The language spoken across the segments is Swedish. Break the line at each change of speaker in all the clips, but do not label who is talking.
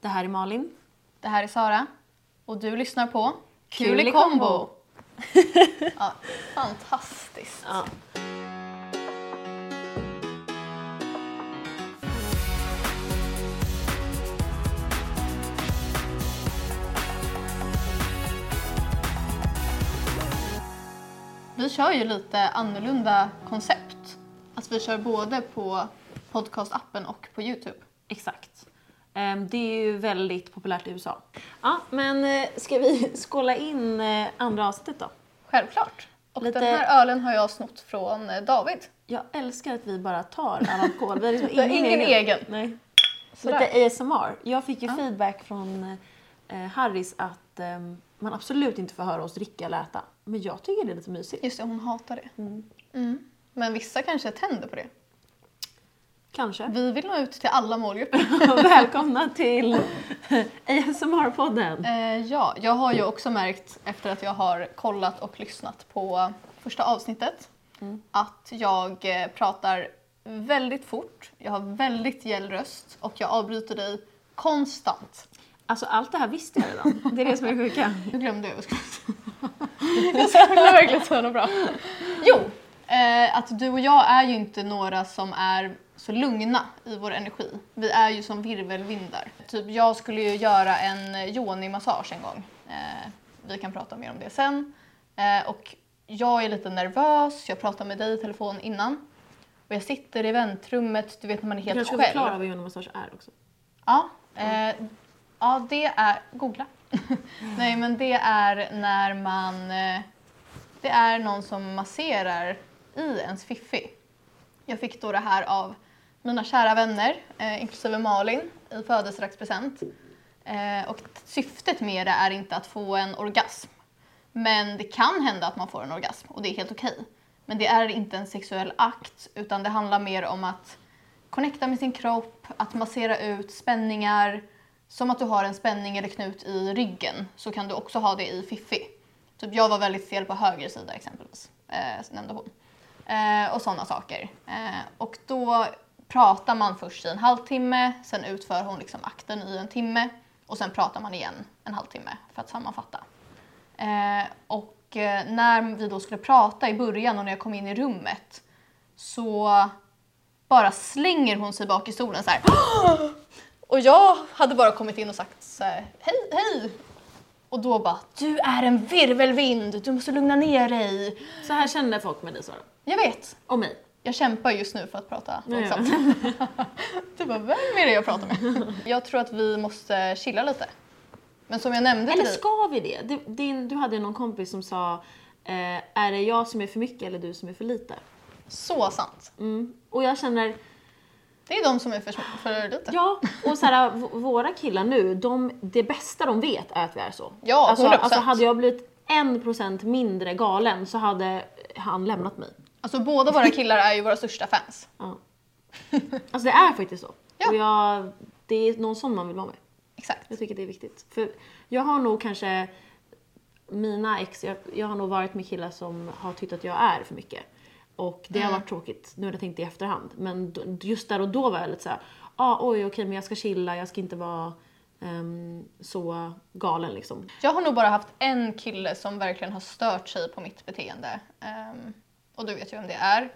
Det här är Malin.
Det här är Sara och du lyssnar på
Kul i
Kul i
kombo.
kombo. ja, fantastiskt.
Ja.
Vi kör ju lite annorlunda koncept. Att vi kör både på podcastappen och på Youtube.
Exakt. Ehm, Det är ju väldigt populärt i USA. Ja, men eh, ska vi skåla in eh, andra avsnittet då?
Självklart. Och
Lite-
den här ölen har jag snott från eh, David.
Jag älskar att vi bara tar all alkohol. Vi har liksom
Vi har ingen egen.
Nej.
Sådär.
Lite ASMR. Jag fick ju
Ja.
feedback från eh, Harris att eh, man absolut inte får höra oss dricka eller äta. Men jag tycker det är lite mysigt.
Just det, hon hatar det.
Mm.
Mm. Men vissa kanske tänder på det.
Kanske.
Vi vill nå ut till alla målgrupper.
Välkomna till ASMR-podden.
eh, ja, jag har ju också märkt efter att jag har kollat och lyssnat på första avsnittet
Mm.
att jag eh, pratar väldigt fort, jag har väldigt gäll röst och jag avbryter dig konstant.
Alltså allt det här visste jag redan. Det är det som är det sjuka.
Nu glömde jag vad jag skulle säga. Jag skulle verkligen säga något bra. Jo, eh, att du och jag är ju inte några som är så lugna i vår energi. Vi är ju som virvelvindar. Typ jag skulle ju göra en yoni-massage en gång. Eh, vi kan prata mer om det sen. Eh, och jag är lite nervös, jag pratar med dig i telefon innan. Och jag sitter i väntrummet, du vet när man är
Jag
helt
kanske
själv.
ska förklara vad yoni-massage är också.
Ja, eh, ja det är... Googla. Nej, men det är när man... Eh, det är någon som masserar i ens fiffi. Jag fick då det här av mina kära vänner, eh, inklusive Malin, i födelsedagspresent. Eh, och syftet med det är inte att få en orgasm. Men det kan hända att man får en orgasm och det är helt okej. Men det är inte en sexuell akt utan det handlar mer om att connecta med sin kropp, att massera ut spänningar. Som att du har en spänning eller knut i ryggen så kan du också ha det i fiffi. Typ jag var väldigt stel på höger sida exempelvis, eh, nämnde hon. Eh, och sådana saker. Eh, och då pratar man först i en halvtimme, sen utför hon liksom akten i en timme och sen pratar man igen en halvtimme för att sammanfatta. Eh, och eh, när vi då skulle prata i början och när jag kom in i rummet så bara slänger hon sig bak i stolen så här. Och jag hade bara kommit in och sagt så här, hej, hej. Och då bara, du är en virvelvind, du måste lugna ner dig.
Så här kände folk med dig Sara.
Jag vet,
Och mig.
jag kämpar just nu för att prata
Ja, ja.
långsamt. Du bara, vem är det jag pratar med? Jag tror att vi måste chilla lite. Men som jag nämnde till
Eller
dig,
ska vi det? Du, din, du hade någon kompis som sa eh, är det jag som är för mycket eller du som är för lite?
så sant.
Mm. Och jag känner,
Det är de som är för, för lite.
ja, och så här, v- våra killar nu, de, det bästa de vet är att vi är så.
Ja,
alltså,
100%.
alltså hade jag blivit en procent mindre galen så hade han lämnat mig.
Alltså båda våra killar är ju våra största fans.
Ja. Alltså det är faktiskt så.
Ja.
Och jag, det är någon sån man vill vara med.
Exakt.
Jag tycker det är viktigt. För jag har nog kanske mina ex, jag, jag har nog varit med killar som har tyckt att jag är för mycket. Och det har
Mm.
varit tråkigt, nu har jag tänkt det i efterhand. Men d- just där och då var jag lite såhär, ah, oj okej men jag ska chilla, jag ska inte vara ehm, så galen liksom.
Jag har nog bara haft en kille som verkligen har stört sig på mitt beteende. Ehm, och du vet ju vem det är.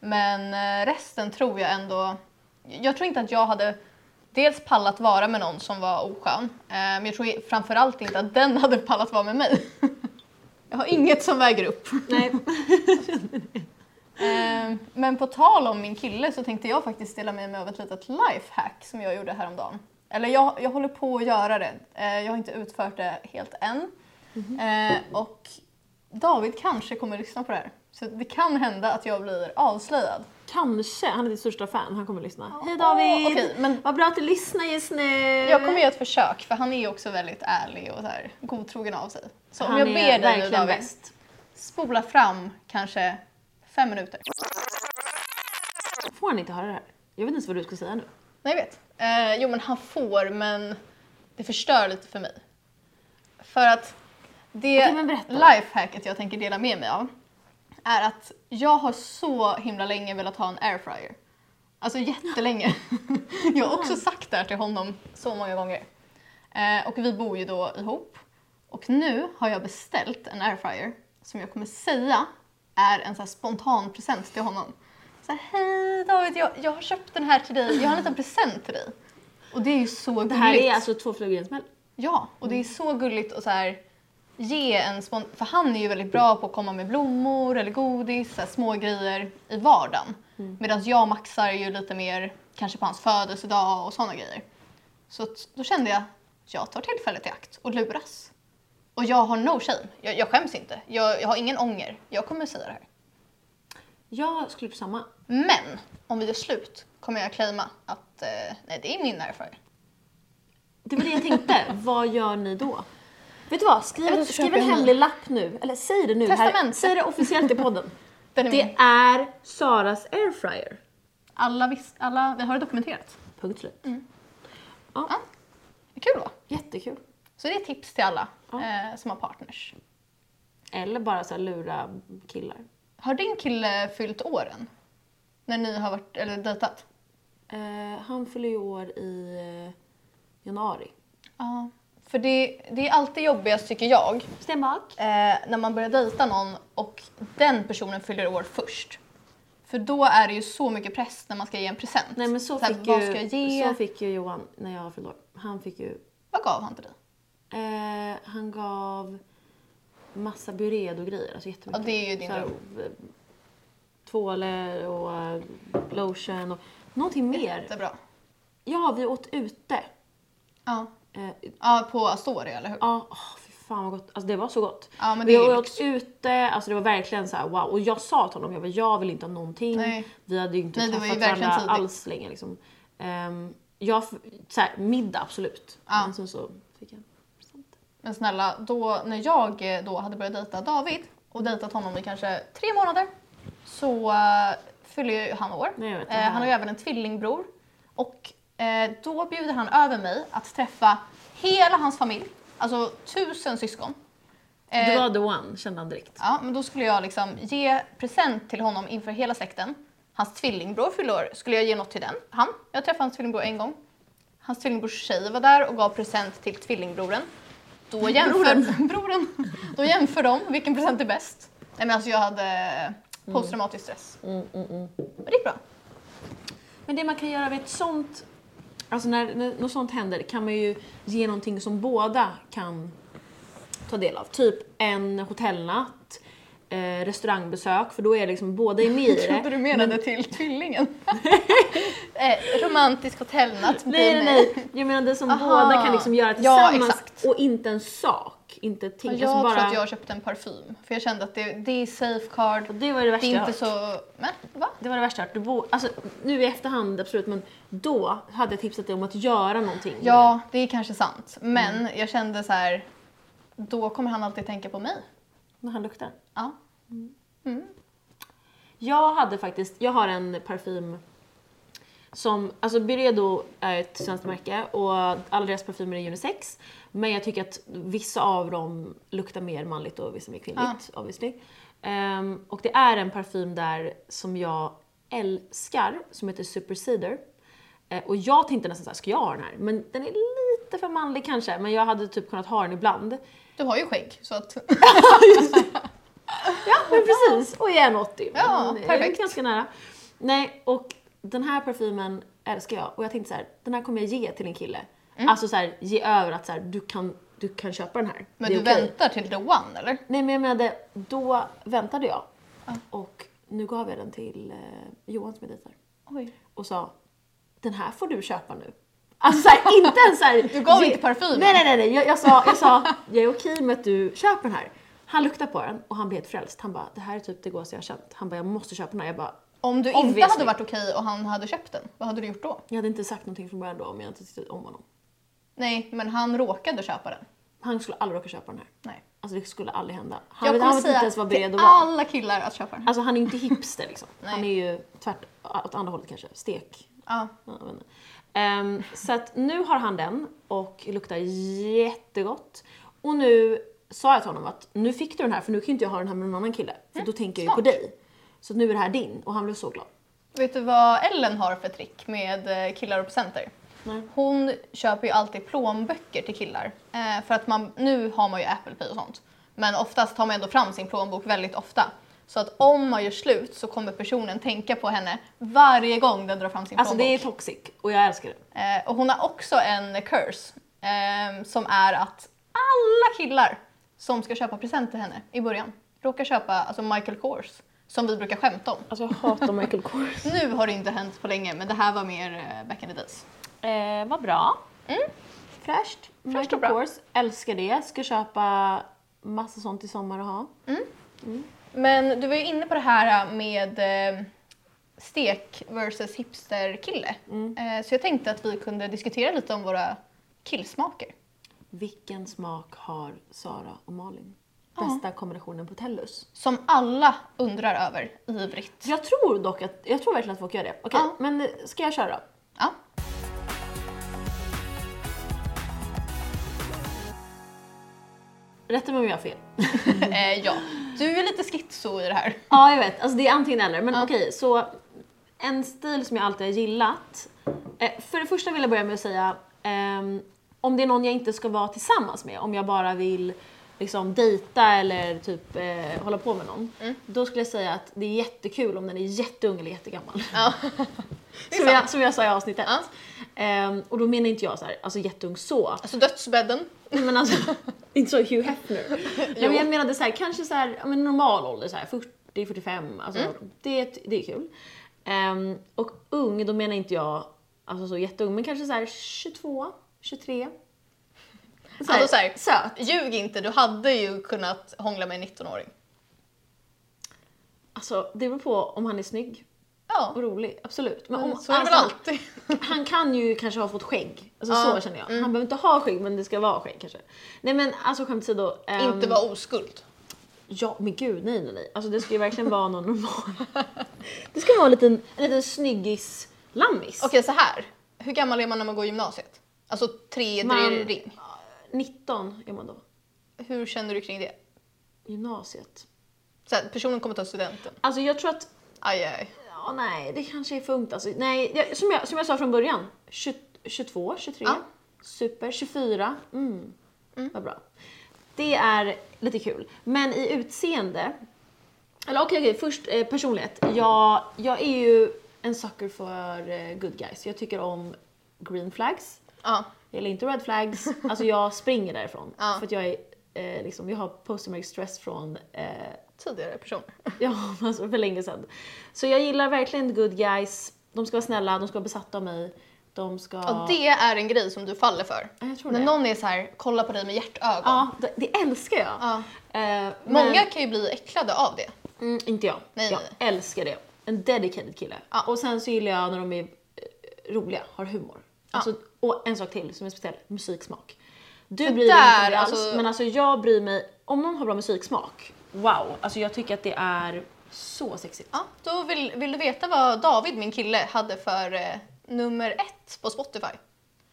Men eh, resten tror jag ändå... Jag tror inte att jag hade dels pallat vara med någon som var oskön. eh, men jag tror framförallt inte att den hade pallat vara med mig. jag har inget som väger upp.
Nej.
Ehm, men på tal om min kille så tänkte jag faktiskt dela med mig av ett litet lifehack som jag gjorde häromdagen. Eller jag, jag håller på att göra det. Eh, jag har inte utfört det helt än.
Mhm.
Eh, och David kanske kommer lyssna på det här. Så det kan hända att jag blir avslöjad.
Kanske, han är ditt största fan, han kommer att lyssna. Hej
Åh,
David!
Okej, men
Vad bra att du lyssnar just nu!
jag kommer göra ett försök för han är ju också väldigt ärlig och så här, godtrogen av sig. Så om
Han
jag
är
ber dig nu
verkligen
David,
bäst.
spola fram kanske fem minuter.
Får han inte höra det här? Jag vet inte ens vad du ska säga nu.
Nej, jag vet. Eh, jo, men han får, men det förstör lite för mig. För att det
Okej, men berätta.
lifehacket jag tänker dela med mig av är att jag har så himla länge velat ha en
Ah.
airfryer. Alltså jättelänge. jag har också sagt det här till honom så många gånger. Eh, och vi bor ju då ihop. Och nu har jag beställt en airfryer som jag kommer säga är en så här spontan present till honom. Så här, hej David, jag, jag har köpt den här till dig. Jag har en liten present till dig. Och det är ju så gulligt.
Det här är alltså två flugor i en smäll.
Ja, och det är så gulligt att så här, ge en spont... För han är ju väldigt bra på att komma med blommor eller godis, så här, små grejer i vardagen. Medan jag maxar ju lite mer kanske på hans födelsedag och sådana grejer. Så att, då kände jag att jag tar tillfället i akt och luras. Och jag har no shame. Jag, jag skäms inte. Jag, jag har ingen ånger. Jag kommer säga det här.
Jag skulle på samma.
Men om vi gör slut kommer jag claima att eh, nej, det är min airfryer.
Det var det jag tänkte. Vad gör ni då? Vet du vad? Skriv,
Eller
en-
så
skriv
köper
en
jag en
hemlig lapp nu. Eller säg det nu. Här.
Testamente.
Säg det officiellt i podden.
Den är
Det
min.
är Saras airfryer.
Alla, vis, alla vi har det dokumenterat.
Punkt slut.
Mm. Ja. Kul va?
Jättekul.
Så det är ett tips till alla
Ja.
eh, som har partners.
Eller bara så här lura killar.
Har din kille fyllt åren? När ni har varit, eller dejtat?
Eh, han fyller ju år i eh, januari.
Ja. För det, det är alltid jobbigast tycker jag,
Stenbock.
eh, när man börjar dejta någon och den personen fyller år först. För då är det ju så mycket press när man ska ge en present.
Nej men så,
här,
fick
vad
ju,
ska jag ge?
så fick ju Johan när jag fyllde år. Han fick ju...
Vad gav han till dig?
Eh, han gav massa Byredo-grejer. Alltså jättemycket.
Ja, det är ju din
Så här,
dröm.
eh, Tvålar och eh, lotion och någonting mer.
Jättebra.
Ja, vi åt ute.
Ja.
Eh,
ja, på Astoria eller hur?
Ja, åh, fy fan vad gott. Alltså det var så gott.
Ja, men
vi
det är ju
åt ute, alltså det var verkligen så här wow. Och jag sa till honom, jag, bara, jag vill inte ha någonting.
Nej.
Vi hade ju inte
Nej, det var ju
träffat
verkligen
varandra
tidigt.
alls länge. Liksom. Ehm, jag, så här, middag absolut.
Ja.
Men sen så fick jag en present.
Men snälla, då, när jag eh, då hade börjat dejta David och dejtat honom i kanske tre månader så eh, fyller ju han år.
Nej, jag vet, det
eh,
här-
han har ju även en tvillingbror. Och eh, då bjuder han över mig att träffa hela hans familj, alltså tusen syskon. Eh,
Du var the one, kände han direkt.
Ja, men då skulle jag liksom ge present till honom inför hela släkten. Hans tvillingbror fyllde år. Skulle jag ge något till den? Han. Jag träffade hans tvillingbror en gång. Hans tvillingbrors tjej var där och gav present till tvillingbroren. Då jämför, broren. Då jämför de vilken present är bäst. Nej men alltså jag
Mm.
hade posttraumatisk stress. Men det gick bra.
Men det man kan göra vid ett sånt, alltså när, när något sånt händer kan man ju ge någonting som båda kan ta del av. Typ en hotellnatt, eh, restaurangbesök, för då är liksom båda är med i det.
Trodde du menade till tvillingen? Mm. eh, romantisk hotellnatt.
Nej, nej,
blir
nej. Jag menar det som
Aha.
båda kan liksom göra
Ja,
tillsammans
exakt.
och inte en sak, inte ett ting.
Och Jag
alltså bara,
tror att jag köpte en parfym för jag kände att det, det är safe card.
Det var det värsta
Det är
jag
inte
hört.
så... Men va?
Det var det värsta jag hört. Du bo- alltså, nu i efterhand absolut, men då hade jag tipsat dig om att göra någonting.
Ja, det är kanske sant. Men
Mm.
jag kände så här, då kommer han alltid tänka på mig.
När han luktar.
Ja.
Jag hade faktiskt, jag har en parfym som, alltså Byredo är ett svenskt märke och alla deras parfymer är unisex. Men jag tycker att vissa av dem luktar mer manligt och vissa mer kvinnligt obviously. Ehm, och det är en parfym där som jag älskar som heter Super Cedar. Eh, och jag tänkte nästan såhär, ska jag ha den här? Men den är lite för manlig kanske, men jag hade typ kunnat ha den ibland.
Du har ju skägg så att...
Ja, men precis. Och jag är 1,80. men
Ja,
det är
perfekt.
Ganska nära. Nej, och den här parfymen älskar jag. Och jag tänkte så här, den här kommer jag ge till en kille.
Mm.
Alltså så här, ge över att så här, du, kan, du kan köpa den här.
Men
Det är
du
okej.
väntar till the one eller?
Nej, men jag menade, då väntade jag. Och nu gav jag den till eh, Johan som är dejtar.
Oj.
Och sa, den här får du köpa nu. Alltså så här, inte ens såhär...
Du gav inte parfymen.
Nej, nej, nej. nej. Jag, jag, sa, jag sa, jag är okej med att du köper den här. Han luktar på den och han blev helt frälst. Han bara, det här är typ det godaste jag har känt. Han bara, jag måste köpa den här. Jag bara,
Om du
Obviously.
inte hade varit okej och han hade köpt den, vad hade du gjort då?
jag hade inte sagt någonting från början då om jag inte tyckte om honom.
Nej, men han råkade köpa den.
Han skulle aldrig råka köpa den här.
Nej.
Alltså det skulle aldrig hända. Han,
Jag
vet,
kommer
han vet inte
säga
ens vara beredd
till
att vara.
alla killar att köpa den.
Alltså han är ju inte hipster liksom. han är
Nej.
ju tvärt åt andra hållet kanske. Stek.
Ja.
Ja, jag vet inte. Ehm, så att nu har han den och luktar jättegott. Och nu sa jag till honom att nu fick du den här för nu kan ju inte jag ha den här med någon annan kille. För då tänker jag ju på
smart.
dig. Så nu är det här din och han blev så glad.
Vet du vad Ellen har för trick med eh, killar och presenter?
Nej.
Hon köper ju alltid plånböcker till killar. Eh, för att man, nu har man ju Apple Pay och sånt. Men oftast tar man ändå fram sin plånbok väldigt ofta. Så att om man gör slut så kommer personen tänka på henne varje gång den drar fram sin
Alltså det
plånbok.
är toxic och jag älskar det.
Eh, och hon har också en curse ehm, som är att alla killar som ska köpa present till henne i början råkar köpa alltså Michael Kors som vi brukar skämta om.
Alltså jag hatar Michael Kors.
Nu har det inte hänt på länge men det här var mer eh, back in the days.
Eh, vad bra.
Fräscht. Fräscht och
Michael
bra.
Kors, älskar det. Ska köpa massa sånt i sommar och ha.
Men du var ju inne på det här med eh, stek versus hipsterkille. Eh, så jag tänkte att vi kunde diskutera lite om våra killsmaker.
Vilken smak har Sara och Malin? Bästa kombinationen på Tellus.
Som alla undrar över ivrigt.
Jag tror dock att, jag tror verkligen att folk gör det. Okej,
Ja.
men eh, ska jag köra?
Ja.
Rätta mig om jag har fel.
Eh, ja. Du är lite schizo i det här.
Ja, jag vet. Alltså det är antingen eller. Men okej, så en stil som jag alltid har gillat. Eh, för det första vill jag börja med att säga ehm, om det är någon jag inte ska vara tillsammans med, om jag bara vill liksom dejta eller typ eh, hålla på med någon.
Mm.
Då skulle jag säga att det är jättekul om den är jätteung eller jättegammal.
Ja.
Som jag, som jag sa i avsnitt ett.
Ja.
Ehm, och då menar inte jag så här, alltså jätteung så.
Alltså dödsbädden.
Nej, men alltså, inte så Hugh Hefner. Nej, men jag menade så här, kanske så här, ja, men normal ålder, så här, 40-45. Alltså,
Mm.
det, är- det är kul. Ehm, och ung, då menar inte jag alltså, så jätteung, men kanske så här 22, 23. Så här,
Alltså så här-
Söt.
Ljug inte, du hade ju kunnat hångla med en 19-åring.
Alltså, det beror på om han är snygg
Ja, Mm,
och rolig, absolut. Men om,
så är det väl
alltså,
alltid.
Han kan ju kanske ha fått skägg. Alltså,
Ja, mm.
Så känner jag. Han behöver inte ha skägg, men det ska vara skägg kanske. Nej men alltså skämt åsido. ehm,
Inte vara oskuld.
Ja, men gud nej nej nej. Alltså det ska ju verkligen vara någon normal. Det ska vara en liten, en liten snyggis lammis.
Okej, så här. Hur gammal är man när man går i gymnasiet? Alltså tre
Man-
man... ring.
19 är man då.
Hur känner du kring det?
Gymnasiet.
Så här, personen kommer ta studenten.
Alltså jag tror att,
Aj, aj, aj.
ja nej det kanske är för ungt alltså. Nej, jag, som, jag, som jag sa från början. 20, 22, 23.
Ja.
Super. 24. Mm. Vad bra. Det är lite kul. Men i utseende. Eller okej, okej, först eh, personlighet. Jag, jag är ju en sucker för eh, good guys. Jag tycker om green flags.
Ja.
Jag gillar inte red flags. Alltså jag springer därifrån.
Ja.
För att jag är eh, liksom, jag har post-traumatic stress från, eh,
Tidigare personer.
ja alltså för länge sedan. Så jag gillar verkligen good guys. De ska vara snälla, de ska vara besatta av mig. De ska...
Och det är en grej som du faller för.
Ja, jag tror
När
det.
någon är så här, kolla på dig med hjärtögon.
Ja, det, det älskar jag.
Ja.
Eh, men-
Många kan ju bli äcklade av det.
Mm, inte jag.
Nej,
jag
nej,
älskar det. En dedicated kille.
Ja.
Och sen så gillar jag när de är eh, roliga, har humor. Alltså, och en sak till som är speciell, musiksmak. Du bryr dig inte
där,
om det alls,
alltså-
men alltså jag bryr mig. Om någon har bra musiksmak, wow! Alltså jag tycker att det är så sexigt.
Ja, då vill, vill du veta vad David, min kille, hade för eh, nummer ett på Spotify.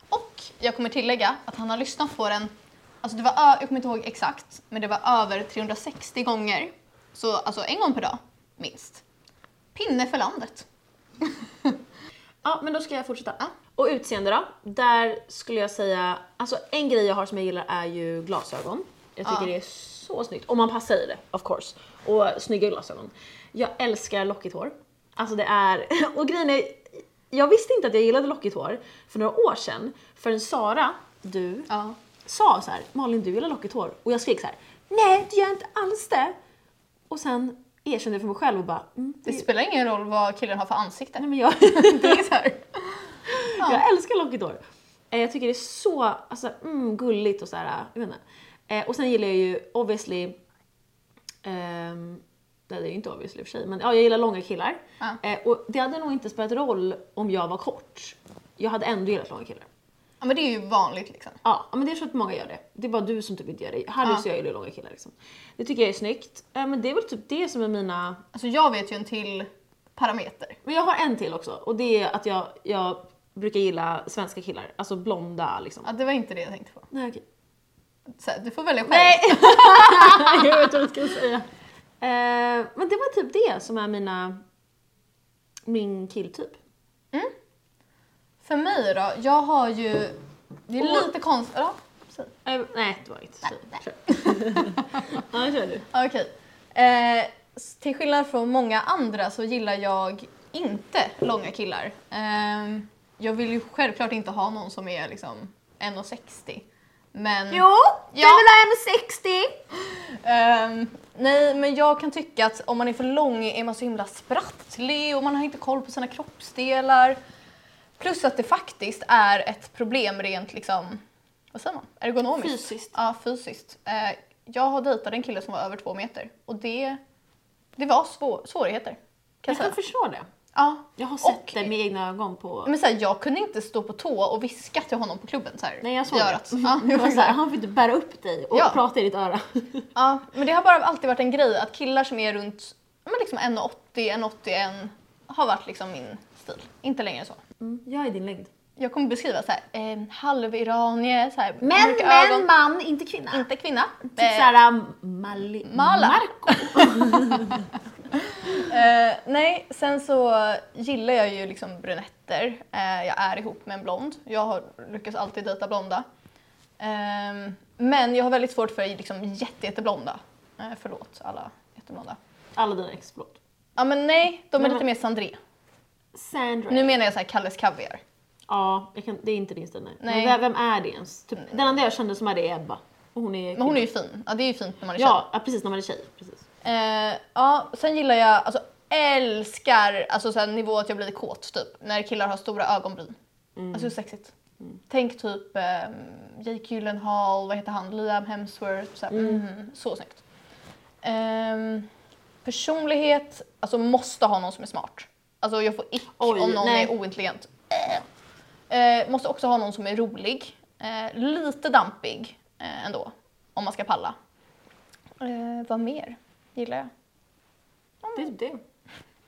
Och jag kommer tillägga att han har lyssnat på den, alltså det var, ö- jag kommer inte ihåg exakt, men det var över 360 gånger. Så alltså en gång per dag, minst. Pinne för landet.
Ja, men då ska jag fortsätta. Och utseende då? Där skulle jag säga, alltså en grej jag har som jag gillar är ju glasögon. Jag tycker
Ja.
det är så snyggt. Om man passar i det, of course. Och snygga glasögon. Jag älskar lockigt hår. Alltså det är, och grejen är, jag visste inte att jag gillade lockigt hår för några år sedan förrän Sara, du,
Ja.
sa så här, Malin du gillar lockigt hår. Och jag skrek så här, nej det gör jag inte alls det. Och sen erkände jag för mig själv och bara, mm,
Det spelar ingen roll vad killen har för ansikte.
nej men jag,
Det är så här.
Jag älskar lockigt hår. Eh, Jag tycker det är så alltså, mm, gulligt och sådär. Jag vet inte. Eh, och sen gillar jag ju obviously, ehm, nej det är ju inte obviously i och för sig, men ja, jag gillar långa killar.
Ja.
Eh, och det hade nog inte spelat roll om jag var kort. Jag hade ändå gillat långa killar.
Ja men det är ju vanligt liksom.
Ja, men det är så att många gör det. Det är bara du som typ inte gör det. Harry
Ja.
så jag gillar långa killar liksom. Det tycker jag är snyggt. Eh, men det är väl typ det som är mina
Alltså jag vet ju en till parameter.
Men jag har en till också och det är att jag, jag brukar gilla svenska killar. Alltså blonda liksom.
Ja, det var inte det jag tänkte på.
Nej, okej.
Så här, du får välja själv.
Nej! jag vet vad jag ska säga. Eh, men det var typ typ. det som är mina... Min killtyp.
För mig då, jag har ju... Det är
Och-
lite konstigt. Ja, säg.
Eh, nej, Mm. det var inte så.
Nej,
Kör. ja, kör du.
Okej. Eh, s- till skillnad från många andra så gillar jag inte långa killar. Ehm, jag vill ju självklart inte ha någon som är liksom 1,60. Men...
Jo!
Ja.
Jag vill ha en 60!
Ehm, nej, men jag kan tycka att om man är för lång är man så himla sprattlig och man har inte koll på sina kroppsdelar. Plus att det faktiskt är ett problem rent liksom, vad säger man, ergonomiskt.
Fysiskt.
Ja, fysiskt. Eh, jag har dejtat en kille som var över två meter och det, det var svå, svårigheter. Kan
Jag
jag
kan
säga.
förstå det.
Ja.
Jag har sett
Och-
det med egna ögon på...
Men så här, jag kunde inte stå på tå och viska till honom på klubben. Så här,
Nej, jag såg
i
det.
örat. Ja,
Det var så här, han fick inte bära upp dig och
Ja.
prata i ditt öra.
Ja, men det har bara alltid varit en grej att killar som är runt ja, men liksom 1,80, 1,81 har varit liksom min stil. Inte längre så.
Mm, jag är din längd.
Jag kommer beskriva så här, eh, halviranie, så här,
Men,
mörka
men,
ögon.
man, inte kvinna.
Inte kvinna.
Typ
Eh,
såhär, um, Mali...
Mala.
Marco.
eh, nej, sen så gillar jag ju liksom brunetter. Eh, jag är ihop med en blond. Jag har lyckats alltid dejta blonda. Ehm, men jag har väldigt svårt för liksom, jätte, jätteblonda. Eh, förlåt alla jätteblonda.
Alla dina ex, förlåt.
Ja men nej, de är
Nej,
lite
men-
mer Sandré.
Sandra.
Nu menar jag så här Kalles Kaviar.
Ja, jag kan, det är inte din stil nej.
Nej.
Men vem, vem är det ens? Typ, den enda jag kände som hade är Ebba. Och hon är
Men hon är ju fin. Ja, det är ju fint när man är
Ja, ja, precis när man är tjej. Precis.
tjej. Eh, ja, sen gillar jag, alltså älskar, alltså så här, nivå att jag blir kåt typ, när killar har stora ögonbryn.
Mm.
Alltså sexigt. Tänk typ eh, Jake Gyllenhaal, vad heter han, Liam Hemsworth, så, här,
Mm.
mhm, så snyggt. Ehm, personlighet, alltså måste ha någon som är smart. Alltså jag får ick
Oj,
om någon
nej.
är ointelligent. Eh, måste också ha någon som är rolig. Eh, lite dampig eh, ändå, om man ska palla. Eh, vad mer gillar jag?
Det är typ det.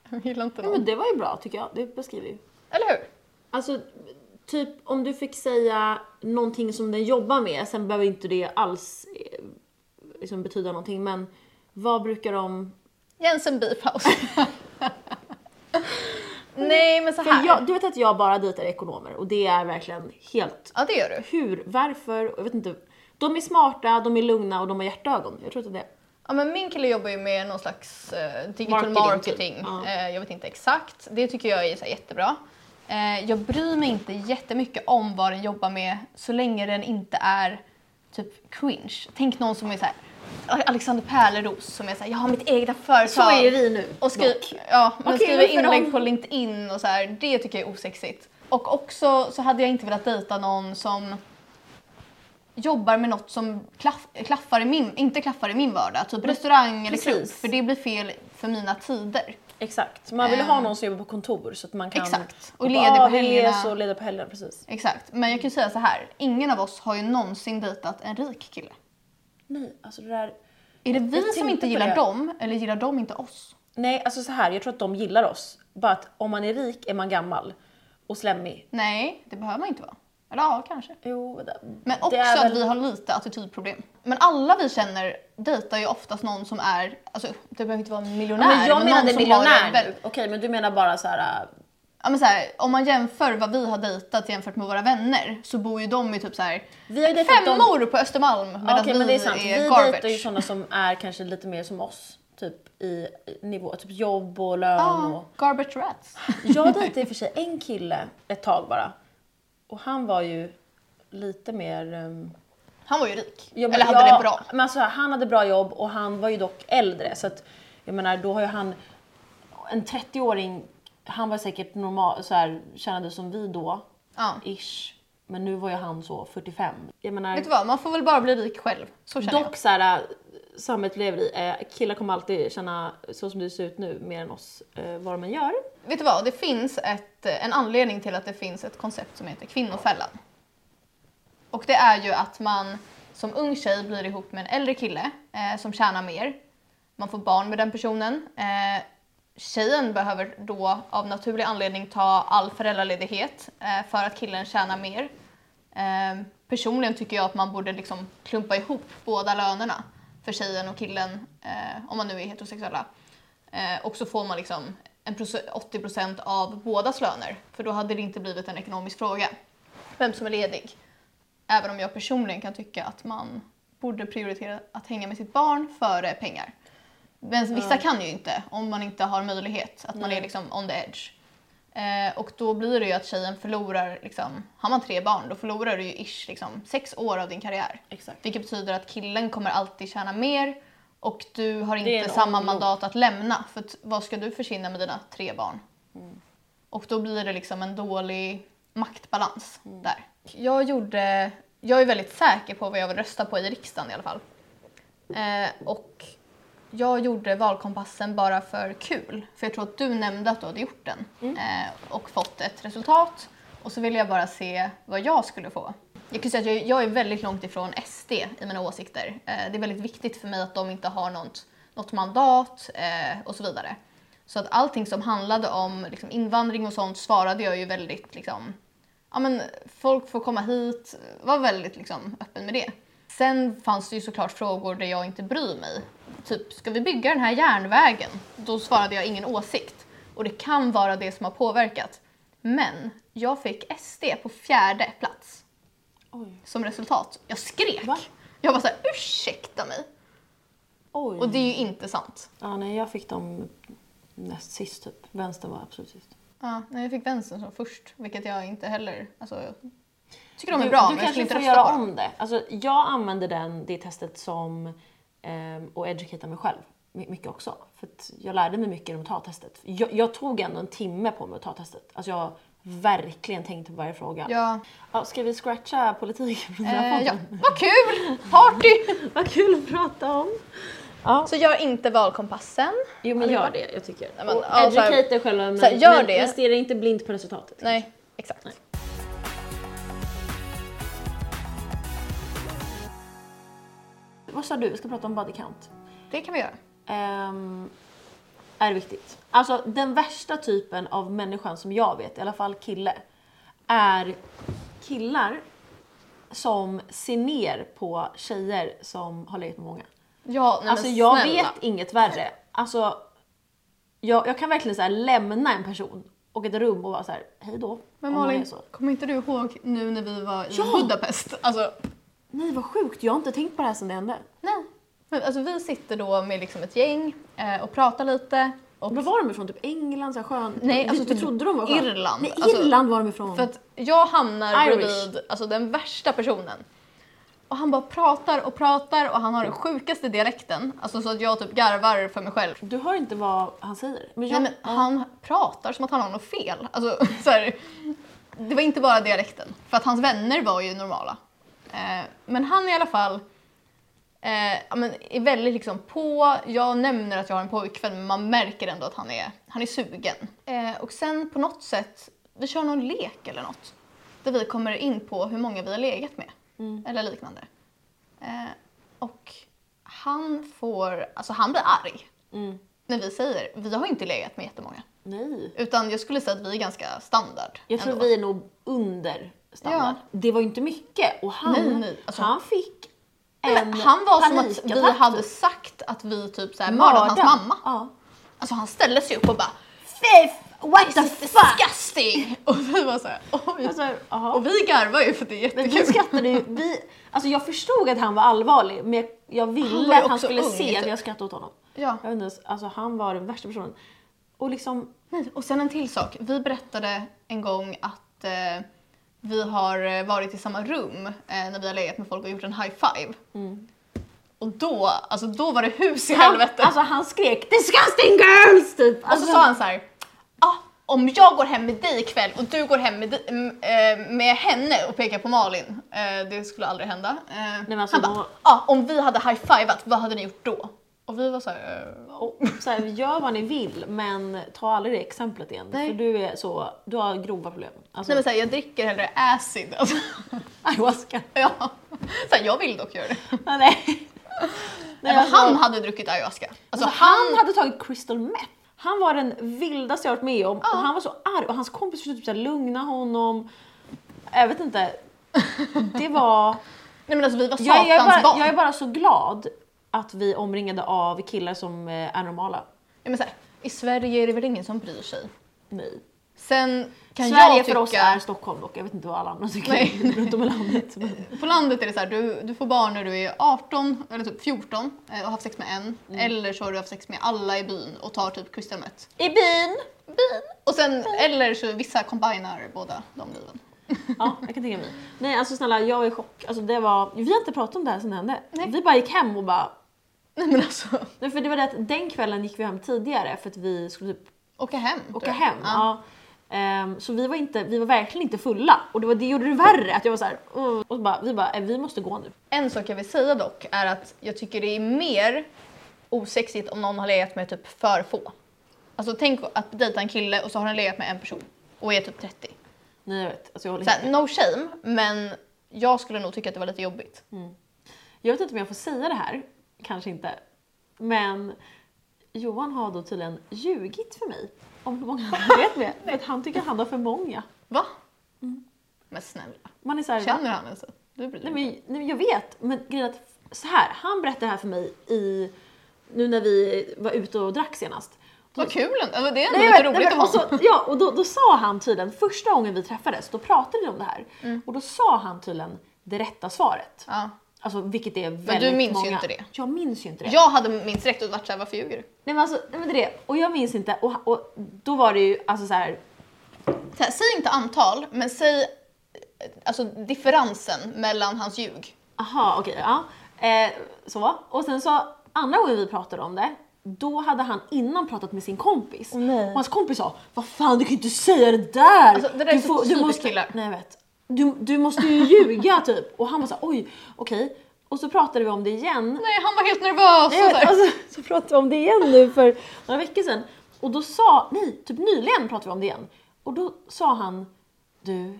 Jag gillar inte
Ja,
någon.
men det var ju bra tycker jag. Det beskriver ju.
Eller hur?
Alltså, typ om du fick säga någonting som den jobbar med, sen behöver inte det alls eh, liksom, betyda någonting, men vad brukar de...
Jensen Beefhaus. Nej, men så här.
För jag, du vet att jag bara dejtar ekonomer och det är verkligen helt...
Ja, det gör du.
Hur? Varför? Jag vet inte. De är smarta, de är lugna och de har hjärtögon. Jag tror att det är det.
Ja, men min kille jobbar ju med någon slags eh, digital
Marketing,
marketing.
typ. Ja.
Eh, jag vet inte exakt. Det tycker jag är så här, jättebra. Eh, jag bryr mig inte jättemycket om vad den jobbar med så länge den inte är typ cringe. Tänk någon som är så här, Alexander Pärleros som är såhär, jag har mitt egna företag.
Så är vi nu.
Och skri-
dock.
ja, men
Okej,
skriva
för
inlägg
dem.
på LinkedIn och så här, det tycker jag är osexigt. Och också så hade jag inte velat dejta någon som jobbar med något som klaff, klaffar i min, inte klaffar i min vardag, typ restaurang eller klubb,
precis.
för det blir fel för mina tider.
Exakt. Man vill ha någon som jobbar på kontor så att man kan...
Eh. Exakt. Och
hoppa
ledig på
av,
helgerna."
res och leder på helgerna, precis.
Exakt, men jag kan ju säga så här, ingen av oss har ju någonsin dejtat en rik kille.
Nej, alltså det där...
Är det vi
Jag
som
tänkte
inte
på
gillar
det.
dem, eller gillar de inte oss?
Nej, alltså så här, jag tror att de gillar oss. Bara att om man är rik är man gammal och slemmig.
Nej, det behöver man inte vara. Eller ja, kanske.
Jo, det,
Men också
det är
att vi har lite attitydproblem. Men alla vi känner dejtar ju oftast någon som är, alltså det behöver inte vara en miljonär.
men jag
någon
menade
som har
miljonär
det
nu.
väldigt-
Okej, men du menar bara så här. äh,
Ja men så här, om man jämför vad vi har dejtat jämfört med våra vänner så bor ju de i typ så här
Vi har ju dejtat de-
femmor på Östermalm medan
Okej, men det är sant.
vi är
vi
garbage.
dejtar ju sådana som är kanske lite mer som oss. Typ i i nivå, typ jobb och lön
ja,
och...
garbage rats.
Jag dejtade i och för sig en kille ett tag bara. Och han var ju lite mer... ehm,
Han var ju rik.
Ja, men-
Eller hade
ja,
det bra.
Men alltså, han hade bra jobb och han var ju dock äldre så att jag menar då har ju han en 30-åring, han var säkert normal, så här, tjänade som vi då,
Ja.
ish. Men nu var ju han så 45. Jag menar,
Vet du vad, man får väl bara bli rik själv. Så känner jag.
dock så här, äh, samhället vi lever i, eh, killar kommer alltid känna så som du ser ut nu mer än oss, eh, vad de än gör.
Vet du vad, det finns ett, eh, en anledning till att det finns ett koncept som heter kvinnofällan. Och det är ju att man som ung tjej blir ihop med en äldre kille eh, som tjänar mer. Man får barn med den personen. Eh, tjejen behöver då av naturlig anledning ta all föräldraledighet eh, för att killen tjänar mer. Eh, personligen tycker jag att man borde liksom klumpa ihop båda lönerna för tjejen och killen, eh, om man nu är heterosexuella. Eh, och så får man liksom en proce- 80 av bådas löner. För då hade det inte blivit en ekonomisk fråga vem som är ledig. Även om jag personligen kan tycka att man borde prioritera att hänga med sitt barn före pengar. Men vissa kan ju inte om man inte har möjlighet, att man
Nej.
är liksom on the edge. Eh, och då blir det ju att tjejen förlorar, liksom, har man tre barn, då förlorar du ju ish liksom, sex år av din karriär.
Exakt.
Vilket betyder att killen kommer alltid tjäna mer och du har
Det är
inte
en
samma
omlopp.
mandat att lämna. För att, vad ska du försvinna med dina tre barn?
Mm.
Och då blir det liksom en dålig maktbalans
Mm.
där. Jag gjorde... Jag är väldigt säker på vad jag vill rösta på i riksdagen i alla fall. Eh, och jag gjorde valkompassen bara för kul. För jag tror att du nämnde att du hade gjort den eh, och fått ett resultat. Och så ville jag bara se vad jag skulle få. Jag kan säga att jag, jag är väldigt långt ifrån SD i mina åsikter. Eh, det är väldigt viktigt för mig att de inte har något, något mandat eh, och så vidare. Så att allting som handlade om liksom, invandring och sånt svarade jag ju väldigt liksom, ja men folk får komma hit, var väldigt liksom öppen med det. Sen fanns det ju såklart frågor där jag inte bryr mig. Typ, ska vi bygga den här järnvägen? Då svarade jag ingen åsikt. Och det kan vara det som har påverkat. Men jag fick SD på fjärde plats
Oj.
som resultat. Jag skrek!
Va?
Jag var såhär, ursäkta mig!
Oj.
Och det är ju inte sant.
Ja, nej, jag fick dem näst sist typ. Vänstern var absolut sist.
Ja, nej, jag fick vänstern som först, vilket jag inte heller... Alltså, jag tycker de är
du,
bra,
du
men jag
kanske
skulle inte
får
rösta
göra
på dem.
om det. Alltså, jag använder den, det testet som ehm, att educata mig själv my- mycket också. För att jag lärde mig mycket genom att ta testet. Jag, jag tog ändå en timme på mig att ta testet. Alltså, jag verkligen tänkte på varje fråga.
Ja,
Ja, ska vi scratcha politiken från den här
eh, ja.
podden?
Vad kul! Party!
Vad kul att prata om! Ja.
Så gör inte valkompassen.
Jo men
Ja, det
gör
är bra.
det, jag tycker.
Nej, men,
och
ja, så här-
educate dig själv, men,
så här, gör
men,
det.
men stirra inte blint på resultatet.
Nej, exakt.
Vad sa du? Vi ska prata om body count.
Det kan vi göra.
Ehm, är viktigt. Alltså den värsta typen av människan som jag vet, i alla fall kille, är killar som ser ner på tjejer som har legat med många.
Ja, nej,
alltså
men
jag
snälla.
vet inget värre. Alltså, jag, jag kan verkligen så här lämna en person och ett rum och vara så här, hej då.
Men
om man är
Malin,
så.
kommer inte du ihåg nu när vi var i
Ja!
Budapest? Alltså,
Nej vad sjukt, jag har inte tänkt på det här sedan det hände.
nej. Men, alltså, vi sitter då med liksom ett gäng eh, och pratar lite. Och,
Var var de ifrån? Typ England? Så här skön?
Nej,
vi,
alltså
vi
typ
trodde de var skön.
Irland.
Nej,
Alltså,
Irland var de ifrån.
för att jag hamnar
Irish.
bredvid alltså, den värsta personen. Och han bara pratar och pratar och han har den sjukaste dialekten. Alltså så att jag typ garvar för mig själv.
Du hör inte vad han säger. Men
Nej, men han pratar som att han har något fel. Alltså, så här, det var inte bara dialekten, för att hans vänner var ju normala. Eh, men han i alla fall eh, ja, men är väldigt liksom på. Jag nämner att jag har en pojkvän, men man märker ändå att han är, han är sugen. Eh, och sen på något sätt, vi kör någon lek eller något, där vi kommer in på hur många vi har legat med, eller liknande. Eh, och han får, alltså han blir arg
Mm.
när vi säger vi har inte legat med jättemånga.
Nej.
Utan jag skulle säga att vi är ganska standard.
Jag tror
ändå.
vi är nog under standard.
Ja.
Det var ju inte mycket och han,
Nej, nej, alltså-
han fick en typ.
Nej, men han var som att vi
panikattack.
hade sagt att vi typ så här mördat hans mamma.
Ja.
Alltså han ställde sig upp och bara
What
“This
the
is
fuck!
disgusting!” Och vi var såhär oj.
Alltså, aha.
och vi garvar ju för det är
Men vi
jättekul.
skrattade ju, vi, alltså jag förstod att han var allvarlig men jag, jag
Han
ville
var ju
att han
också
skulle
ung,
se att
typ.
jag skrattade åt honom.
Ja.
Jag vet inte, ens, alltså han var den värsta personen. Och liksom,
Nej, och sen en till sak. Vi berättade en gång att eh, vi har eh, varit i samma rum eh, när vi har legat med folk och gjort en high five.
Mm.
Och då, alltså då var det hus i
han,
helvete.
alltså han skrek “disgusting girls” typ.
Och så sa han så här. Ah, om jag går hem med dig ikväll och du går hem med, di- m- eh, med henne och pekar på Malin. Eh, det skulle aldrig hända. Eh,
men alltså
han bara,
då-
ah, om vi hade high-fivat, vad hade ni gjort då? Och vi var så här, eh,
Och så här, gör vad ni vill men ta aldrig det exemplet igen.
Nej.
För du, är så, du har grova problem. Alltså,
nej men så här, jag dricker hellre acid. Alltså,
ayahuasca.
ja. så här, jag vill dock göra det. Nej,
Nej. Nej,
men
alltså,
han hade druckit ayahuasca. Alltså,
alltså,
han,
han hade tagit crystal meth. Han var den vildaste jag varit med om och han var så arg och hans kompis försökte typ så här lugna honom. Jag vet inte. Det var...
nej men alltså vi var satans
Jag, jag, är bara,
barn.
jag är bara så glad att vi är omringade av killar som eh, är normala.
Ja, men så här, I Sverige är det väl ingen som bryr sig.
Nej.
Sen kan
Sverige
jag tycka...
för oss är Stockholm dock. Jag vet inte vad alla andra tycker
Nej.
runt om i landet. Men...
På landet är det så här, du, du får barn när du är 18 eller typ 14 eh, och har haft sex med en. Eller så har du haft sex med alla i byn och tar typ kustrummet.
I byn!
Och sen, eller så vissa combinar båda de liven.
Ja, jag kan tänka mig. Nej, alltså snälla, jag är i chock. Alltså, det var... Vi har inte pratat om det här sen det hände.
Nej.
Vi bara gick hem och bara...
Nej men alltså,
Nej, för det var det att den kvällen gick vi hem tidigare för att vi skulle typ
åka hem. tror
åka
jag.
hem.
Ja.
Ja. Ehm, så vi var, inte, vi var verkligen inte fulla och det, var, det gjorde det värre att jag var såhär... "Åh." Och så bara, vi bara, "Eh, vi måste gå nu.
En sak jag vill säga dock är att jag tycker det är mer osexigt om någon har legat med typ för få. Alltså tänk att dejta en kille och så har den legat med en person och är typ 30.
Nej, jag vet. Alltså, jag, håller
Så
helt
här,
med.
no shame, men jag skulle nog tycka att det var lite jobbigt.
Mm. jag vet inte om jag får säga det här. Kanske inte. Men Johan har då tydligen ljugit för mig om hur många han vet med. För att han tycker att han har för många.
Va? Mm. Men snälla,
Man är så här, "Va?"
känner han alltså? ens det? Du bryr dig
Nej,
inte.
men, nej, men jag vet, men grejen är att så här, han berättade det här för mig i, nu när vi var ute och drack senast.
Vad kul ändå, Alltså, det är ändå
jag
lite
vet,
roligt
nej,
att
men- och
vara.
så, Ja, och då, då sa han tydligen, första gången vi träffades, då pratade vi om det här.
Mm.
Och då sa han tydligen det rätta svaret.
Ja.
Alltså vilket är väldigt
minns ju
många.
inte det.
Jag minns ju inte det.
Jag hade minst direkt och varit såhär, varför ljuger du?
Nej men alltså, nej, men det är det. Och jag minns inte. Och, och då var det ju alltså så här,
Så här, säg inte antal, men säg eh, alltså, differensen mellan hans ljug.
Aha, okej. ja. Eh, så. Och sen så, andra gången vi pratade om det, då hade han innan pratat med sin kompis.
nej.
Och hans kompis sa “Vad fan, du kan ju inte säga det där!”
Alltså, det där är
du
så typiskt killar."
Nej, jag vet. Du, du måste ju ljuga typ. Och han var såhär “Oj, okej”. Och så pratade vi om det igen.
Nej, han var helt nervös.
Nej, jag
och
vet,
såhär.
alltså, så pratade vi om det igen nu för några veckor sedan. Och då sa, nej, typ nyligen pratade vi om det igen. Och då sa han, du,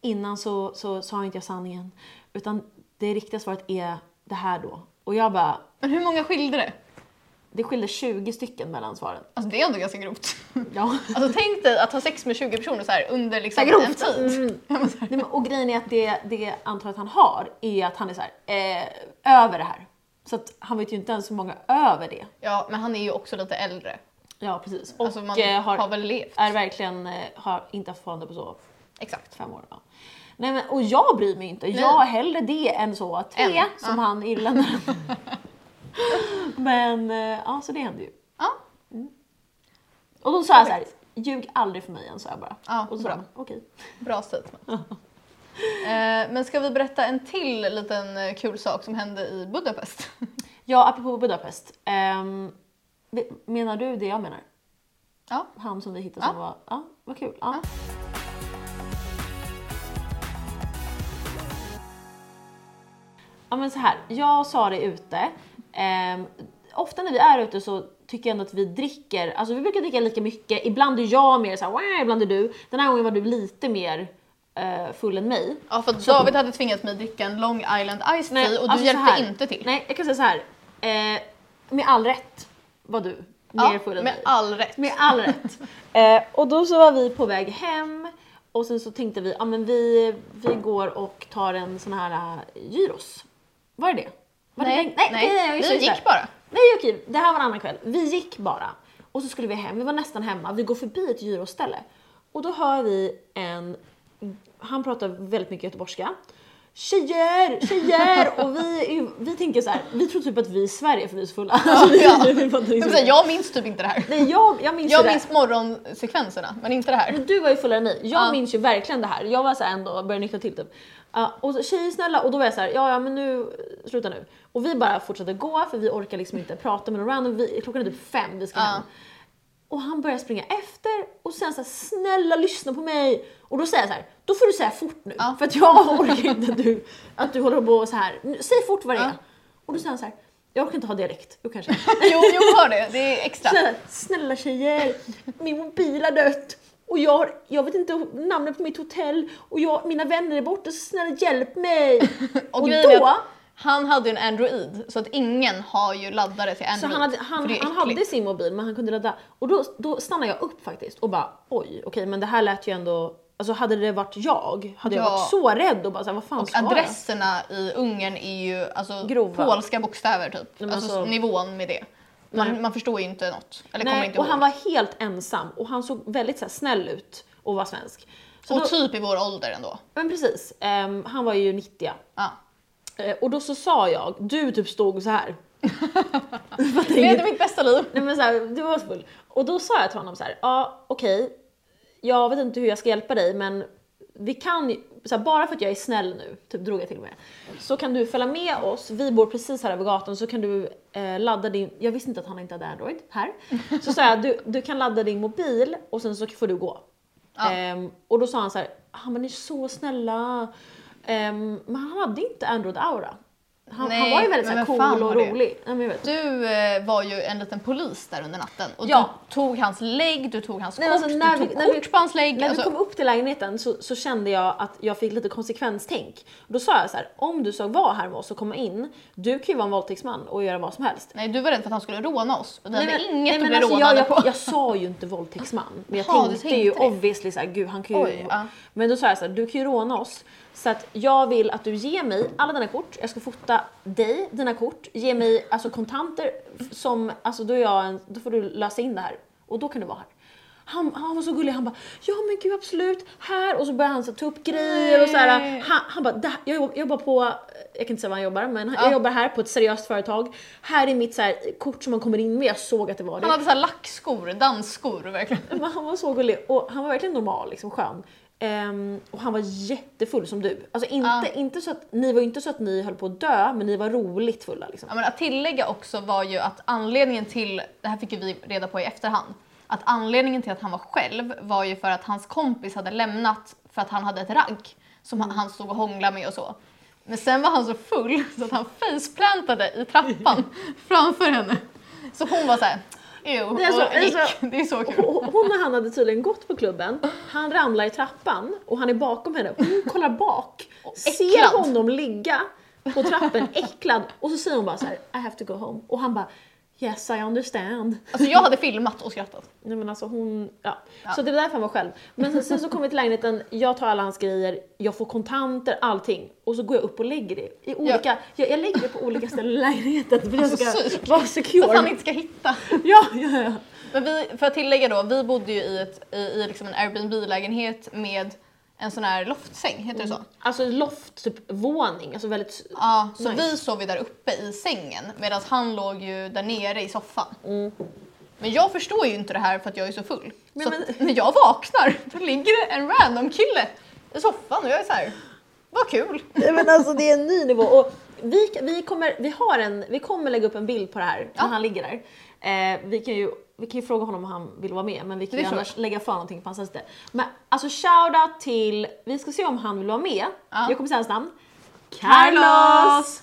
innan så, så sa inte jag sanningen. Utan det riktiga svaret är det här då. Och jag bara,
Men hur många skilde det?
det skilde 20 stycken mellan svaren.
Alltså det är ändå ganska grovt.
Ja.
Alltså tänk dig att ha sex med 20 personer så här under liksom
Så här
en
grovt.
tid.
Mm.
Ja, men så här.
Nej, men, och grejen är att det, det antalet han har är att han är så här, eh, över det här. Så att han vet ju inte ens hur många över det.
Ja, men han är ju också lite äldre.
Ja, precis. Och
Alltså man
eh,
har...
har,
väl levt.
är verkligen, eh, har inte haft förhållande på så
Exakt.
fem år. Ja. Nej, men, och jag bryr mig inte. Jag har hellre det än så tre
Än,
som han irländaren. men eh, ja, så det hände ju. Mm.
Ja.
Och då sa jag så här, ljug aldrig för mig igen sa jag bara.
Ja,
och så
bra.
sa han, okej.
Bra statement. eh, men ska vi berätta en till liten eh, kul sak som hände i Budapest?
Ja, apropå Budapest. ehm, vi- menar du det jag menar?
ja.
Han som vi hittade som var, ja, vad kul. Ja.
Ja.
Ja men så här, jag sa det ute. Ehm, ofta när vi är ute så tycker jag ändå att vi dricker, alltså vi brukar dricka lika mycket. Ibland är jag mer såhär, "Wah", ibland är du. Den här gången var du lite mer eh, full än mig.
ja, för att David hade tvingat mig dricka en Long Island Ice Tea och du
alltså så
hjälpte
här.
inte till.
Nej, jag kan säga så här. Eh, med all rätt var du mer
ja,
full än
med
mig.
all rätt.
Med all rätt. Eh, och då så var vi på väg hem och sen så tänkte vi, ja men vi, vi går och tar en sån här eh, gyros. Var det det? Var det
nej,
den?
nej,
just det,
vi
just
gick
det.
bara.
Nej okej, det här var en annan kväll. Vi gick bara. Och så skulle vi hem, vi var nästan hemma. Vi går förbi ett gyroställe. Och då hör vi en, han pratar väldigt mycket göteborgska. Tjejer, tjejer! Och vi, är- vi tänker så här, vi tror typ att vi är i Sverige för vi är så fulla. Alltså, vi,
ja.
vi fattar
Jag,
liksom
säga, jag minns typ inte det här.
Nej, jag, jag minns ju
Jag
det.
minns morgonsekvenserna, men inte det här.
Men du var ju fullare än mig. Jag
Ja.
minns ju verkligen det här. Jag var såhär ändå, började nyktra till typ. Ja, och så, tjejer snälla, och då var jag såhär, ja ja men nu, sluta nu. Och vi bara fortsatte gå för vi orkar liksom inte prata med någon random. Vi, klockan är typ fem, vi ska
Ja.
hem. Och han börjar springa efter och sen såhär, snälla lyssna på mig. Och då säger jag såhär, då får du säga fort nu.
Ja.
För att jag orkar inte att du, att du håller på så här. Nu, säg fort vad det
Ja.
är. Och då säger han såhär, jag orkar inte ha dialekt. Jo kanske.
Jo, jo, hör det. Det är extra.
Snälla, snälla tjejer, min mobil har dött och jag, har- jag vet inte namnet på mitt hotell och jag, mina vänner är borta så snälla hjälp mig.
Och,
Och,
grejen är
då,
att han hade ju en Android, så att ingen har ju laddare till Android.
så han hade,
för
han,
det är
han
äckligt.
hade sin mobil men han kunde ladda och då, då stannade jag upp faktiskt och bara oj okej men det här lät ju ändå, alltså hade det varit jag hade jag
Ja.
varit så rädd och bara såhär vad fan ska
Adresserna i Ungern är ju alltså,
Grova.
polska bokstäver typ.
men
alltså,
alltså-
nivån med det. Man,
Nej.
man förstår ju inte något. Eller kommer
Nej,
inte
och
ihåg.
han var helt ensam och han såg väldigt så här, snäll ut och var svensk. Så
och
då,
typ i vår ålder ändå.
men precis, ehm, han var ju 90
Ja.
eh, Och då så sa jag, du typ stod så här. Fattar
Det
inget.
är mitt bästa liv.
Nej men så här, du var så full. Och då sa jag till honom så här, ja okej, jag vet inte hur jag ska hjälpa dig men vi kan, ju- så här, bara för att jag är snäll nu, typ drog jag till med, så kan du följa med oss, vi bor precis här över gatan, så kan du eh, ladda din, jag visste inte att han inte hade Android här, så sa jag du, du kan ladda din mobil och sen så får du gå.
Ja.
Ehm, och då sa han så här, han men ni är så snälla. Ehm, men han hade inte Android-aura. Han, han
Nej,
var ju väldigt så
men
här,
vem fan
cool och
har det?
rolig. Nej, men jag vet.
Du eh, var ju en liten polis där under natten och
Ja.
du tog hans lägg, du tog hans
Nej,
kort,
alltså, när
du
vi-
tog
när vi-
kort på hans lägg.
När vi
Alltså,
kom upp till lägenheten så, så kände jag att jag fick lite konsekvenstänk. Då sa jag så här, om du ska vara här med oss och komma in, du kan ju vara en våldtäktsman och göra vad som helst.
Nej, du var rädd för att han skulle råna oss och det hade
men-
inget att bli
alltså,
rånade
jag,
på.
jag, jag sa ju inte våldtäktsman, men jag
Jaha, du
tänkte,
tänkte
ju
det.
obviously såhär, gud han kan ju...
Oj, ja.
Men då sa jag såhär, du kan ju råna oss. Så att jag vill att du ger mig alla dina kort, jag ska fota dig, dina kort, ge mig alltså, kontanter som, alltså då, är jag en, då får du lösa in det här och då kan du vara här. Han, han var så gullig, han bara ja men gud absolut, här och så började han så, ta upp grejer och så här.
Nej.
Han, han bara, "Det här- jag jobbar- jag jobbar på, jag kan inte säga var han jobbar men jag jobbar här på ett seriöst företag. Här är mitt så här, kort som man kommer in med, jag såg att det var det.
Han hade så här lackskor, dansskor verkligen.
Men han var så gullig och han var verkligen normal, liksom skön. Ehm, och han var jättefull som du. Alltså inte, inte så att, ni var ju inte så att ni höll på att dö, men ni var roligt fulla liksom.
Ja, men att tillägga också var ju att anledningen till, det här fick ju vi reda på i efterhand, att anledningen till att han var själv var ju för att hans kompis hade lämnat för att han hade ett ragg som han- han stod och hånglade med och så. Men sen var han så full så att han faceplantade i trappan framför henne. Så hon var såhär, ew, och
Nej, alltså,
gick.
alltså-
Det är så kul.
Hon hon och han hade tydligen gått på klubben, han ramlar i trappan och han är bakom henne. Hon kollar bak, ser
äcklad.
honom ligga på trappen äcklad och så säger hon bara så här: I have to go home. Och han bara Yes I understand.
Alltså jag hade filmat och skrattat.
Nej men alltså hon, ja. Så det var därför han var själv. Men sen, sen så kommer vi till lägenheten, jag tar alla hans grejer, jag får kontanter, allting. Och så går jag upp och lägger det i olika, jag, jag lägger det på olika ställen i lägenheten för jag
Alltså,
ska
psyk.
vara
Så Alltså, att han
secure.
inte ska hitta.
Ja, ja, ja.
Men vi, för att tillägga då, vi bodde ju i, ett, i, i liksom en Airbnb-lägenhet med en sån här loftsäng, heter det så?
Alltså loft, typ våning, alltså väldigt...
Ja, så
Nice.
vi sov ju där uppe i sängen medan han låg ju där nere i soffan.
mm.
Men jag förstår ju inte det här för att jag är så full.
Men-
så
men-
att när jag vaknar då ligger det en random kille i soffan och jag är så här, vad kul.
Nej, men alltså det är en ny nivå. Och vi, vi, kommer, vi, har en, vi kommer lägga upp en bild på det här när han ligger där. Eh, vi, kan ju, vi kan ju fråga honom om han vill vara med men vi kan
Det
ju
är klart.
annars lägga för någonting på hans Insta. Men alltså shoutout till, vi ska se om han vill vara med.
Ja.
Jag kommer säga hans namn.
Carlos!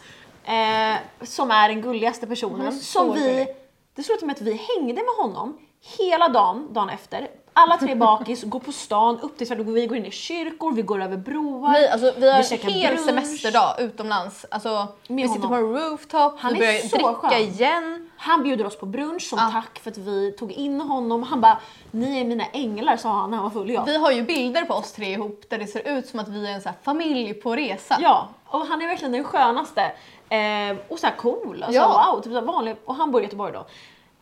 Eh, som är den gulligaste personen.
så
Som vi,
gullig.
det slutade med att vi hängde med honom hela dagen, dagen efter. Alla tre bakis, går på stan, upp till Sverige, vi går in i kyrkor, vi går över broar.
Nej, alltså, vi har
Vi
en
käkar
hel
brunch.
semesterdag utomlands. Alltså, vi
Med
sitter på
honom.
en rooftop,
Han
vi
är
börjar
så
dricka
skön.
igen.
Han bjuder oss på brunch som tack för att vi tog in honom. Han bara, ni är mina änglar sa han när han var full. Ja.
Vi har ju bilder på oss tre ihop där det ser ut som att vi är en så här familj på resa.
ja, och han är verkligen den skönaste. Eh, och så här cool, alltså,
Ja.
wow, typ så här vanlig. Och han bor i Göteborg då.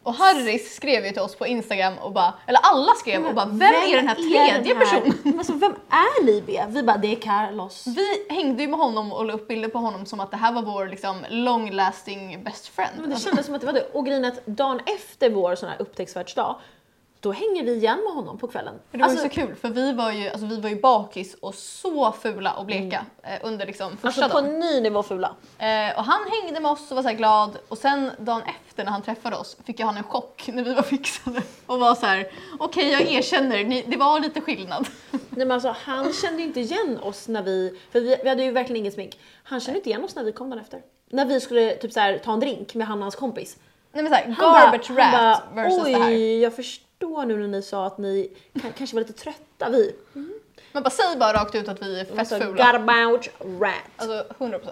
Och Harris skrev ju till oss på Instagram och bara, eller alla skrev och bara vem, är den här tredje
den här-
personen?
Men alltså, vem är Libye? Vi bara, det är Carlos.
Vi hängde ju med honom och la upp bilder på honom som att det här var vår liksom long lasting best friend.
Men det
Alltså,
kändes som att det var det. Och grejen är att dagen efter vår sån här upptäcktsfärdsdag, då hänger vi igen med honom på kvällen. Alltså,
det var ju så kul för vi var ju, alltså, vi var ju bakis och så fula och bleka eh, under liksom första
alltså på
dagen.
en ny nivå fula.
Eh, och han hängde med oss och var så här glad och sen dagen efter när han träffade oss fick ju han en chock när vi var fixade och var så här: okej jag erkänner, ni, det var lite skillnad.
Nej men alltså han kände ju inte igen oss när vi, för vi, vi hade ju verkligen inget smink. Han kände inte igen oss när vi kom dagen efter. När vi skulle typ så här, ta en drink med han och hans kompis.
Nej men såhär
Han bara-
garbage
han
rat
bara,
versus det här.
Oj, jag förstår nu när ni sa att ni ka- kanske var lite trötta vi.
Man bara säger bara rakt ut att vi är fett
Alltså
fula.
garbage rat.
Alltså 100%.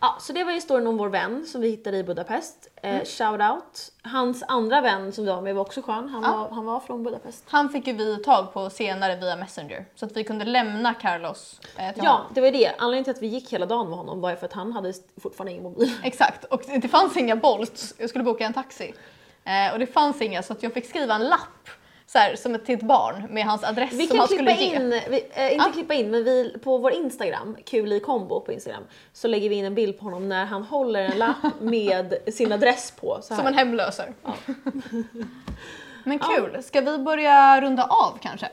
Ja, så det var historien om vår vän som vi hittade i Budapest. Eh,
Mm.
Shout out. Hans andra vän som vi var med var också skön. Han, var, han var från Budapest.
Han fick ju vi tag på senare via Messenger så att vi kunde lämna Carlos eh, till
Ja,
honom.
det var det. Anledningen till att vi gick hela dagen med honom var ju för att han hade fortfarande ingen mobil.
Exakt, och det fanns inga Bolts. Jag skulle boka en taxi. Eh, och det fanns inga så att jag fick skriva en lapp så här, som ett, till ett barn med hans adress
Vi
som
kan
han
klippa
skulle ge.
in, vi, eh, inte
Ja.
klippa in, men vi, på vår Instagram, kul i kombo på Instagram, så lägger vi in en bild på honom när han håller en lapp med sin adress på. Så här.
Som en hemlösare. Men
Ja.
kul. Ska vi börja runda av kanske?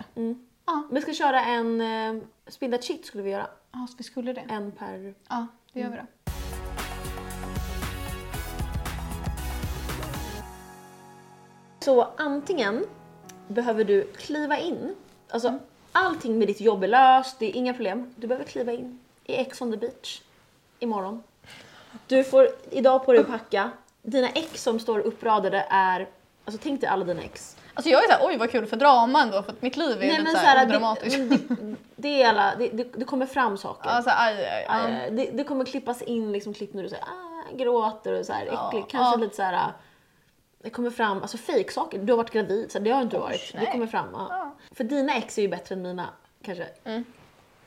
Vi ska köra en eh, spin that shit skulle vi göra.
Ja, så vi skulle det.
En per...
Ja, det gör vi
Mm.
då.
Så antingen behöver du kliva in, alltså
Mm.
allting med ditt jobb är löst, det är inga problem. Du behöver kliva in i Ex on the beach imorgon. Du får idag på dig att packa. Dina ex som står uppradade är, alltså tänk dig alla dina ex.
Alltså jag är såhär, oj vad kul för drama ändå för att mitt liv är lite så här, dramatiskt.
det, men det, det, är alla, det, det, det kommer fram saker.
Alltså aj, aj, aj.
Eh, det, det kommer klippas in liksom, klipp när du säger ah, gråter och så här,
Ja,
äckligt. Kanske
ja.
lite så här. eh, Det kommer fram alltså fejksaker. Du har varit gravid, så här, det har inte du varit. Det
nej.
kommer fram. ja. För dina ex är ju bättre än mina kanske.
Mm.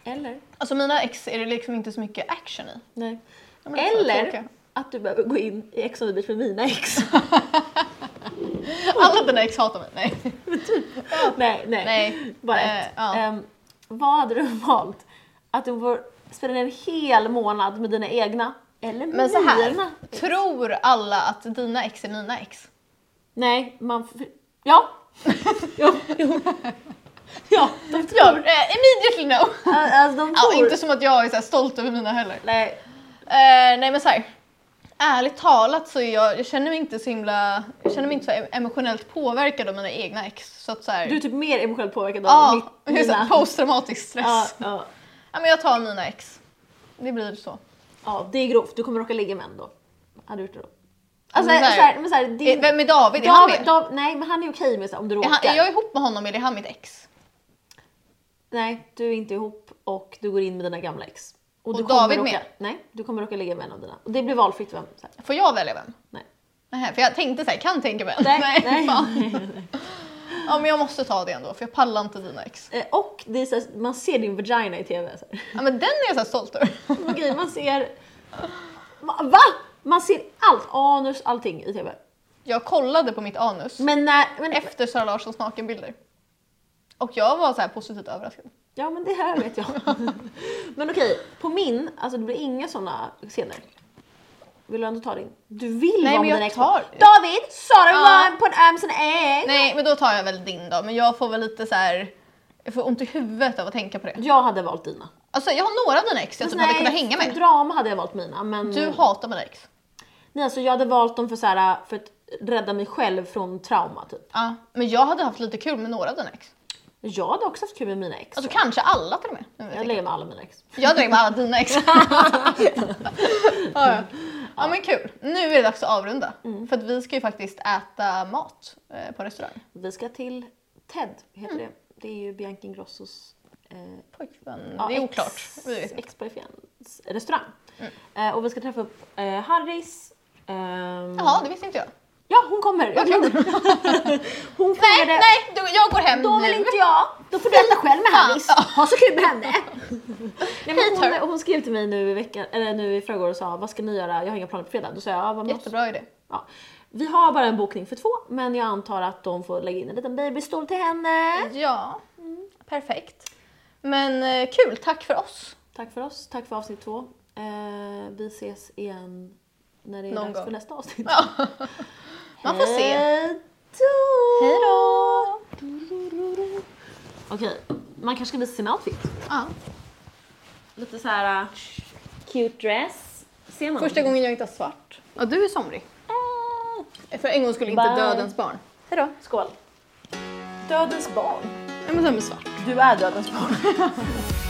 Eller?
Alltså mina ex är det liksom inte så mycket action i.
Nej.
De är lite så här
Eller
tråkiga.
att du behöver gå in i Ex on the beach med mina ex.
Alla dina ex hatar mig. Nej.
nej, nej.
Nej.
Bara
Eh,
ett.
ja.
Ehm, vad hade du valt? Att du får spendera en hel månad med dina egna? Eller med
Men så här,
mina?
tror alla att dina ex är mina ex?
Nej, man... f- Ja! jo, jo. Ja, de tror.
Ja, eh, immediately no!
Al- Alltså de
Ja,
tror.
inte som att jag är så här stolt över mina heller.
Nej,
Eh, nej men såhär, ärligt talat så är jag, jag känner mig inte så himla, jag känner mig inte så emotionellt påverkad av mina egna ex. Så att såhär,
du är typ mer emotionellt påverkad av
ja,
mitt,
just det,
mina...
posttraumatisk stress.
Ja,
Ja.
ja,
men jag tar mina ex. Det blir så.
ja, det är grovt. Du kommer råka ligga med en då. Hade du gjort det då? Alltså,
Men
men
så
så
här-
här, men så här,
Eh,
din,
Vem är David? Är han
Dav,
med?
Dav, nej, men han är okej med så här, om du
Är,
råkar.
han, är jag ihop med honom eller är han mitt ex?
Nej, du är inte ihop och du går in med dina gamla ex.
Och
du
David
råka,
med?
Nej, du kommer råka ligga med en av dina. Och det blir valfritt vem. Så här.
Får jag välja vem?
Nej.
Nej, för jag tänkte såhär, kan tänka mig en.
Nej, nej.
fan. Ja men jag måste ta det ändå för jag pallar inte dina ex.
Eh, Och det är så här, man ser din vagina i tv. Så här.
Ja men den är jag så här stolt över.
Okej, man ser... Va- Va? Man ser allt! Anus, allting i TV.
Jag kollade på mitt anus.
Men när... Men,
efter Sara Larssons nakenbilder. Och jag var så här positivt överraskad.
ja, men det här vet jag. men okej, på min, alltså det blir inga såna scener. Vill du ändå ta din? Du vill
Nej,
vara
men
med
jag
dina ex.
tar-
David! Sara
Ja.
var på en öm sån äng!
Nej, men då tar jag väl din då. Men jag får väl lite så här. Jag får ont i huvudet av att tänka på det.
Jag hade valt dina.
Alltså jag har några av dina ex jag typ hade kunnat hänga
för
med.
drama hade jag valt mina. Men...
Du hatar mina ex.
Nej, alltså jag hade valt dem för, så här, för att rädda mig själv från trauma typ.
Ja. Men jag hade haft lite kul med några av dina ex.
Jag hade också haft kul med mina ex.
Alltså kanske alla till och med. nu när Jag,
jag
tänker.
lägger med alla mina ex.
jag drev med alla dina ex. ja, ja. ja men kul. Nu är det dags att avrunda. För att vi ska ju faktiskt äta mat eh, på restaurang.
Vi ska till TED, heter
Mm.
det. Det är ju Bianca Ingrossos eh,
Pojkvän.
ja,
Mm. det är
ex-
oklart. Vi vet inte. Mm.
Ex-pojkväns restaurang. Eh, och vi ska träffa upp eh, Harris. ehm,
Jaha, det visste inte jag.
Ja, hon kommer! Jag
kul.
glömde. hon
Nej,
frågade...
nej, då, jag går hem
Då
nu.
vill inte jag. Då får du äta själv med Harris.
Ja.
Ha så kul med henne. Nej, men
Hej,
hon, hon skrev till mig nu i, veckan, eller nu i förrgår och sa vad ska ni göra? Jag har inga planer på fredag. Då sa jag ja, vad måste
Jättebra idé.
Ja. Vi har bara en bokning för två, men jag antar att de får lägga in en liten babystol till henne.
Ja, perfekt. Men eh, kul, tack för oss.
Tack för oss, tack för avsnitt två. Eh, vi ses igen när det är
Någon
dags
gång.
för nästa avsnitt.
Ja. Man får se.
Hej
Hej
då!
då!
Okej, man kanske ska visa sin outfit.
Ja.
Lite så här eh, cute dress. Ser man?
Första gången jag inte har svart. Ja, du är somrig.
Eh,
För en gång skulle inte
Bye.
dödens barn. Hej då.
Skål. Dödens barn.
Nej, men sen med svart.
Du är dödens barn.